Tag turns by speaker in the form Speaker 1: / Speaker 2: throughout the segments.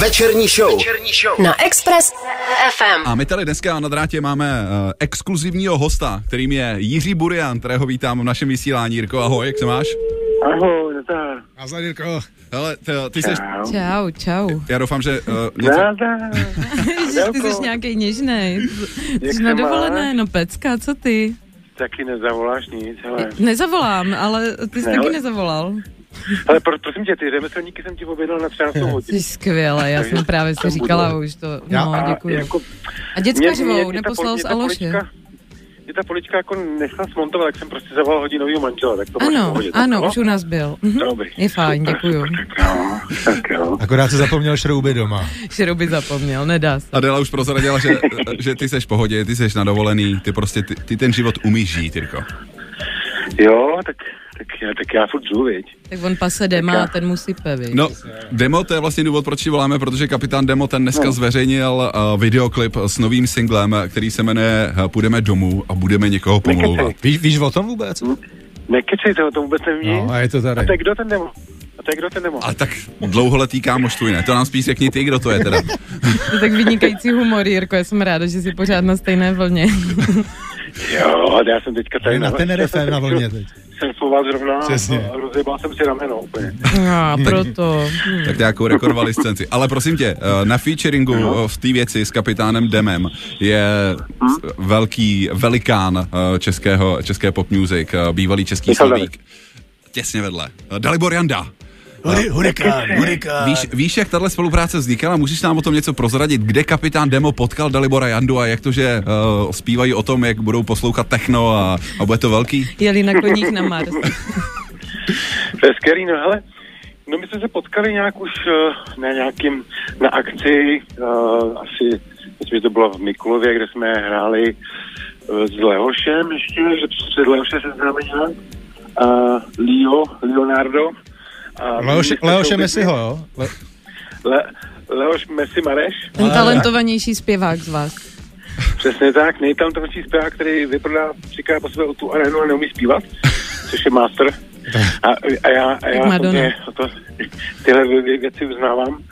Speaker 1: Večerní show. Večerní show.
Speaker 2: na Express FM.
Speaker 3: A my tady dneska na drátě máme eh, exkluzivního hosta, kterým je Jiří Burian, kterého vítám v našem vysílání. Jirko, ahoj, jak se máš?
Speaker 4: Ahoj, nazdar.
Speaker 3: Nazdar, Jirko. Hele, ty, ty jsi...
Speaker 4: Čau.
Speaker 5: Čau, čau.
Speaker 4: Jako-
Speaker 3: Já doufám, že... Uh, něco...
Speaker 4: Nazdar.
Speaker 5: Ježiš, ty jsi nějaký něžnej.
Speaker 4: Jak
Speaker 5: Jsi
Speaker 4: se
Speaker 5: na
Speaker 4: máš?
Speaker 5: dovolené, no pecka, co ty?
Speaker 4: Taky nezavoláš nic, hele.
Speaker 5: Nezavolám, ale ty jsi
Speaker 4: Ne,
Speaker 5: taky
Speaker 4: ale-
Speaker 5: nezavolal.
Speaker 4: Ale pro, prosím tě, ty řemeslníky jsem ti objednal na 13 hodin.
Speaker 5: Jsi skvělý, já
Speaker 4: Takže
Speaker 5: jsem právě si
Speaker 4: tam
Speaker 5: říkala
Speaker 4: budu.
Speaker 5: už to.
Speaker 6: Já-
Speaker 5: No,
Speaker 4: A
Speaker 5: děkuji.
Speaker 4: jako-
Speaker 5: A děcka
Speaker 4: mě-
Speaker 5: žvou,
Speaker 4: mě ta
Speaker 5: neposlal
Speaker 4: poli- mě
Speaker 5: z
Speaker 4: ta
Speaker 5: Aloše.
Speaker 4: polička- Mě ta polička jako nechla smontovat, tak jsem prostě zavolal hodinovýho manžela, tak to máš v
Speaker 5: Ano,
Speaker 4: pohodě, tak
Speaker 5: ano,
Speaker 4: jo?
Speaker 5: už u nás byl. Mhm.
Speaker 4: Dobrý.
Speaker 5: Je fajn,
Speaker 4: Super,
Speaker 5: děkuju.
Speaker 4: super, Tak jo, tak jo.
Speaker 6: Akorát se zapomněl šrouby doma.
Speaker 5: Šrouby zapomněl, nedá se.
Speaker 3: Adela už prozradila, že, eh, že ty seš v pohodě, ty seš na dovolený, ty prostě, ty, ty ten život umíš žít, Jirko.
Speaker 4: Jo, tak, tak, já, tak já furt žiju, viď.
Speaker 5: Tak on pase dema a ten musí pevit.
Speaker 3: No, Demo, to je vlastně důvod, proč ti voláme, protože kapitán Demo ten dneska zveřejnil uh, videoklip s novým singlem, který se jmenuje eh, Půjdeme domů a budeme někoho pomlouvat.
Speaker 6: Víš, víš o tom vůbec?
Speaker 4: Nekecej to, to vůbec nevím
Speaker 6: No,
Speaker 4: nic.
Speaker 6: a je to tady.
Speaker 4: A to je kdo ten demo? A to je kdo ten demo?
Speaker 3: Ale tak dlouholetý kámoš tvůj ne, to nám spíš řekni ty, kdo to je teda.
Speaker 5: To je tak vynikající humor, Jirko, já jsem ráda, že jsi pořád na stejné vlně.
Speaker 4: Jo, ale já jsem teďka tady
Speaker 6: Je na Tenerife na vlně teď.
Speaker 4: surfoval zrovna
Speaker 6: Přesně.
Speaker 4: a rozjebal jsem si rameno úplně.
Speaker 5: A proto. Hm.
Speaker 3: Tak nějakou rekonvaliscenci. Ale prosím tě, eh, na featuringu eh, v té věci s kapitánem Demem je
Speaker 4: Mhm.
Speaker 3: s- velký velikán eh, českého, české pop music, eh, bývalý český
Speaker 4: Michal
Speaker 3: slavík. Těsně vedle. Eh, Dalibor Janda.
Speaker 6: No. Hurikán, hurikán.
Speaker 3: Víš, víš, jak tahle spolupráce vznikala? Můžeš nám o tom něco prozradit? Kde kapitán Demo potkal Dalibora Jandu a jak to, že uh, zpívají o tom, jak budou poslouchat techno a, a bude to velký?
Speaker 5: Jeli na koních na Mars.
Speaker 4: To je skvělý, no hele, no my jsme se potkali nějak už eh, na nějakým, na akci, eh, asi, myslím, že to bylo v Mikulově, kde jsme hráli eh, s Leošem ještě, že před Leoše se známe nějak, a Leo, Leonardo. A
Speaker 6: Leoš,
Speaker 4: my jsme
Speaker 6: Leoše
Speaker 4: se-
Speaker 6: Messiho, jo? Le,
Speaker 4: Le, Leoš Messi Mareš,
Speaker 5: Ten talentovanější zpěvák z vás.
Speaker 4: přesně tak, nejtalentovanější zpěvák, který vyprodá třikrát po sobě o tu arénu a neumí zpívat, což je master. A, a já, a já
Speaker 5: Madonna.
Speaker 4: samozřejmě to, tyhle vě- vě- věci uznávám.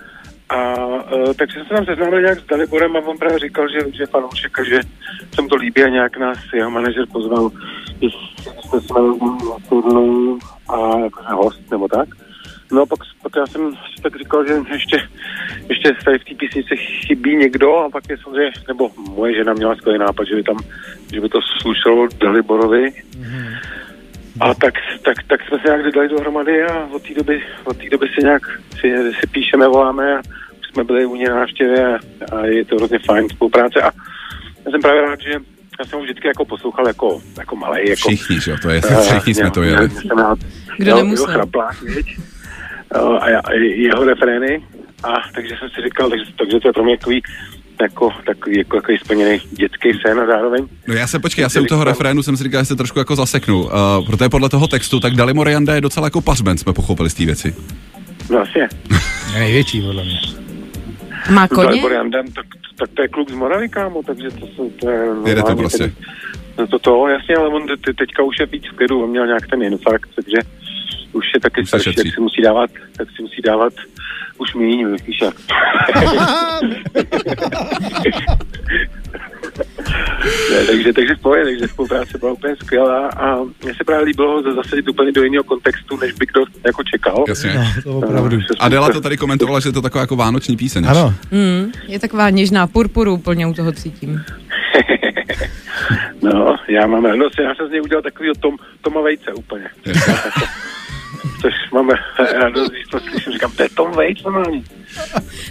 Speaker 4: A uh, takže jsem se nám seznámil nějak s Daliborem a on právě říkal, že, že fanoušek a že se mu to líbí a nějak nás jeho manažer pozval, když jsme se na turnu a jakože host nebo tak. No a pak, pak já jsem si tak říkal, že ještě, ještě tady v té písnice chybí někdo a pak je samozřejmě, nebo moje žena měla skvělý nápad, že by tam, že by to slušelo Daliborovi, a tak, tak, tak jsme se nějak dali dohromady a od té doby, od té doby si nějak si, si píšeme, voláme a už jsme byli u něj na návštěvě a, a je to hrozně fajn spolupráce a já jsem právě rád, že já jsem ho vždycky jako poslouchal jako, jako malej, jako
Speaker 3: Všichni, že jo, to je,
Speaker 4: Eh,
Speaker 3: všichni jsme to
Speaker 4: jo,
Speaker 3: jeli.
Speaker 4: já jsem rád.
Speaker 5: Kdo
Speaker 4: Jo,
Speaker 5: nemusel.
Speaker 4: Jeho chraplák, viď? Jo, a, já- a jeho refrény. A takže jsem si říkal, takže, takže to je pro mě takový, jako, takový, jako, takový splněný dětský sen a zároveň
Speaker 3: No já se počkej, já se u toho refrénu jsem si říkal, že se trošku jako zaseknu, uh, protože podle toho textu, tak Dalimor Janda je docela jako pařben, jsme pochopili z té věci.
Speaker 4: vlastně.
Speaker 6: je největší, podle mě.
Speaker 5: Má koně?
Speaker 4: Dalibor Janda, tak, tak to je kluk z Moravy, kámo, takže to, jsou- to je...
Speaker 3: Jede to
Speaker 4: normálně
Speaker 3: prostě.
Speaker 4: tedy- No to, to, jasně, ale on te, teďka už je víc v klidu, on měl nějak ten infarkt, takže už je taky
Speaker 3: Už se
Speaker 4: starší,
Speaker 3: šetří.
Speaker 4: tak si musí dávat, tak si musí dávat už míň, víš jak. Ne, takže, takže spoje, takže spolupráce byla úplně skvělá a mně se právě líbilo ho zasadit úplně do jiného kontextu, než by kdo jako čekal. Eh,
Speaker 3: Jasně.
Speaker 6: No, to opravdu.
Speaker 3: Adela to tady komentovala, že je to taková jako vánoční píseň.
Speaker 6: Ano,
Speaker 5: Mm, je taková něžná purpuru, úplně u toho cítím.
Speaker 4: No, já mám radost, já jsem z něj udělal takovýho Tom, Toma Vejce úplně.
Speaker 3: Jasně.
Speaker 4: Což mám radost, když to slyším, říkám, to je Tom Waits, normální.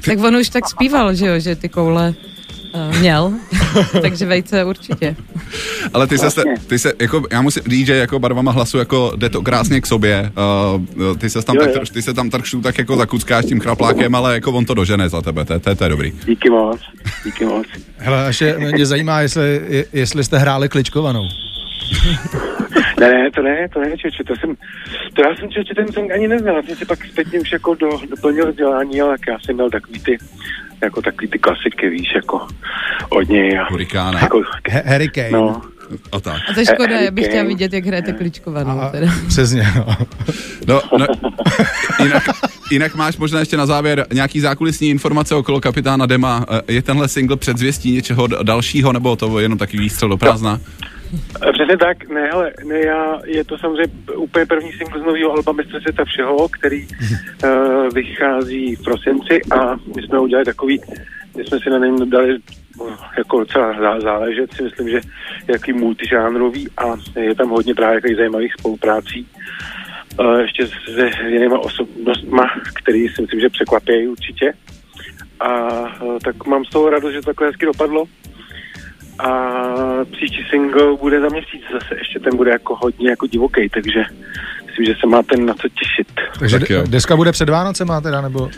Speaker 5: Tak on už tak zpíval, že jo, že ty koule uh, měl, takže vejce určitě.
Speaker 3: Ale ty se, ty se, jako, já musím říct, že jako barvama hlasu jako jde to krásně k sobě. Uh, ty se tam,
Speaker 4: Jo,
Speaker 3: tak,
Speaker 4: jo.
Speaker 3: troš- ty se tam trošku tak jako zakuckáš tím chraplákem, ale jako on to dožene za tebe, to, je- to, je- to je dobrý.
Speaker 4: Díky moc, díky moc.
Speaker 6: hele, až je, mě zajímá, jestli, je- jestli jste hráli kličkovanou.
Speaker 4: Ne, ne, to ne, to ne, čeče, to jsem, to já jsem čeče, ten song ani neznal, já jsem si pak zpětně už jako do, doplnil vzdělání, ale jak já jsem měl takový ty, jako takový ty klasiky, víš, jako od něj a,
Speaker 3: Hurikána
Speaker 4: jako,
Speaker 6: He- Harry Kane.
Speaker 4: no,
Speaker 3: a tak.
Speaker 5: A to je škoda, já bych chtěla no, vidět, jak hrajete kličkovanou.
Speaker 6: A,
Speaker 5: Teda.
Speaker 6: přesně, no.
Speaker 3: No, no, jinak, jinak máš možná ještě na závěr nějaký zákulisní informace okolo kapitána Dema. Eh, Je tenhle single předzvěstí něčeho d- dalšího, nebo to jenom takový výstřel do prázdna?
Speaker 4: E, Přesně tak, ne, ale ne, já, je to samozřejmě úplně první single z nového alba Mistr světa všeho, který uh, vychází v prosinci a my jsme udělali takový, my jsme si na něm dali no, jako docela zá- záležet, si myslím, že je jaký multižánrový a je tam hodně právě jakých zajímavých spoluprácí. Uh, ještě s, s jinýma osobnostma, který si myslím, že překvapí určitě. A eh, tak mám z toho radost, že to takhle hezky dopadlo. A příští single bude za měsíc zase, ještě ten bude jako hodně jako divoký, takže myslím, že se máte na co těšit.
Speaker 6: Takže
Speaker 3: Tak
Speaker 6: de-
Speaker 3: jo.
Speaker 6: deska bude před Vánocema teda, nebo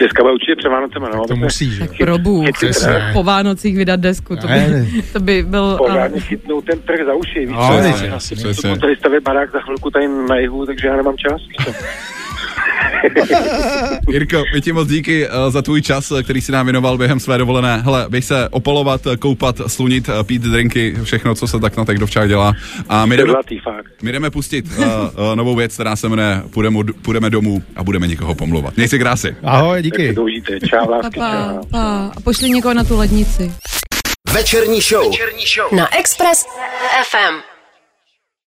Speaker 4: Deska bude určitě před Vánocema, no.
Speaker 6: to musí, že? jo?
Speaker 5: Probůh,
Speaker 6: Přesně.
Speaker 5: po Vánocích vydat desku, to
Speaker 6: Ne, ne.
Speaker 5: by, to by byl... eh,
Speaker 4: Pořádně chytnou ten trh za uši, víš?
Speaker 6: No,
Speaker 4: co?
Speaker 6: ne,
Speaker 3: Přesně,
Speaker 6: asi ne.
Speaker 3: přesně.
Speaker 4: Tady stavě barák za chvilku tady na jihu, takže já nemám čas. víš co?
Speaker 3: Jirko, my ti moc díky eh, za tvůj čas, eh, který si nám věnoval během své dovolené. Hele, běž se opalovat, eh, koupat, slunit, eh, pít drinky, všechno, co se tak na tak dovčák dělá. A my
Speaker 4: To je
Speaker 3: jdeme,
Speaker 4: zlatý fakt.
Speaker 3: my jdeme pustit uh, uh, novou věc, která se jmenuje Půjdeme, půjdeme domů a budeme někoho pomlouvat. Měj si krásy.
Speaker 6: Ahoj,
Speaker 4: Tak si
Speaker 6: díky.
Speaker 4: to užijte. Čau,
Speaker 5: Pa,
Speaker 4: lásky,
Speaker 5: pa,
Speaker 4: čau.
Speaker 5: pa. A pošli někoho na tu lednici.
Speaker 1: Večerní show.
Speaker 2: na Express FM.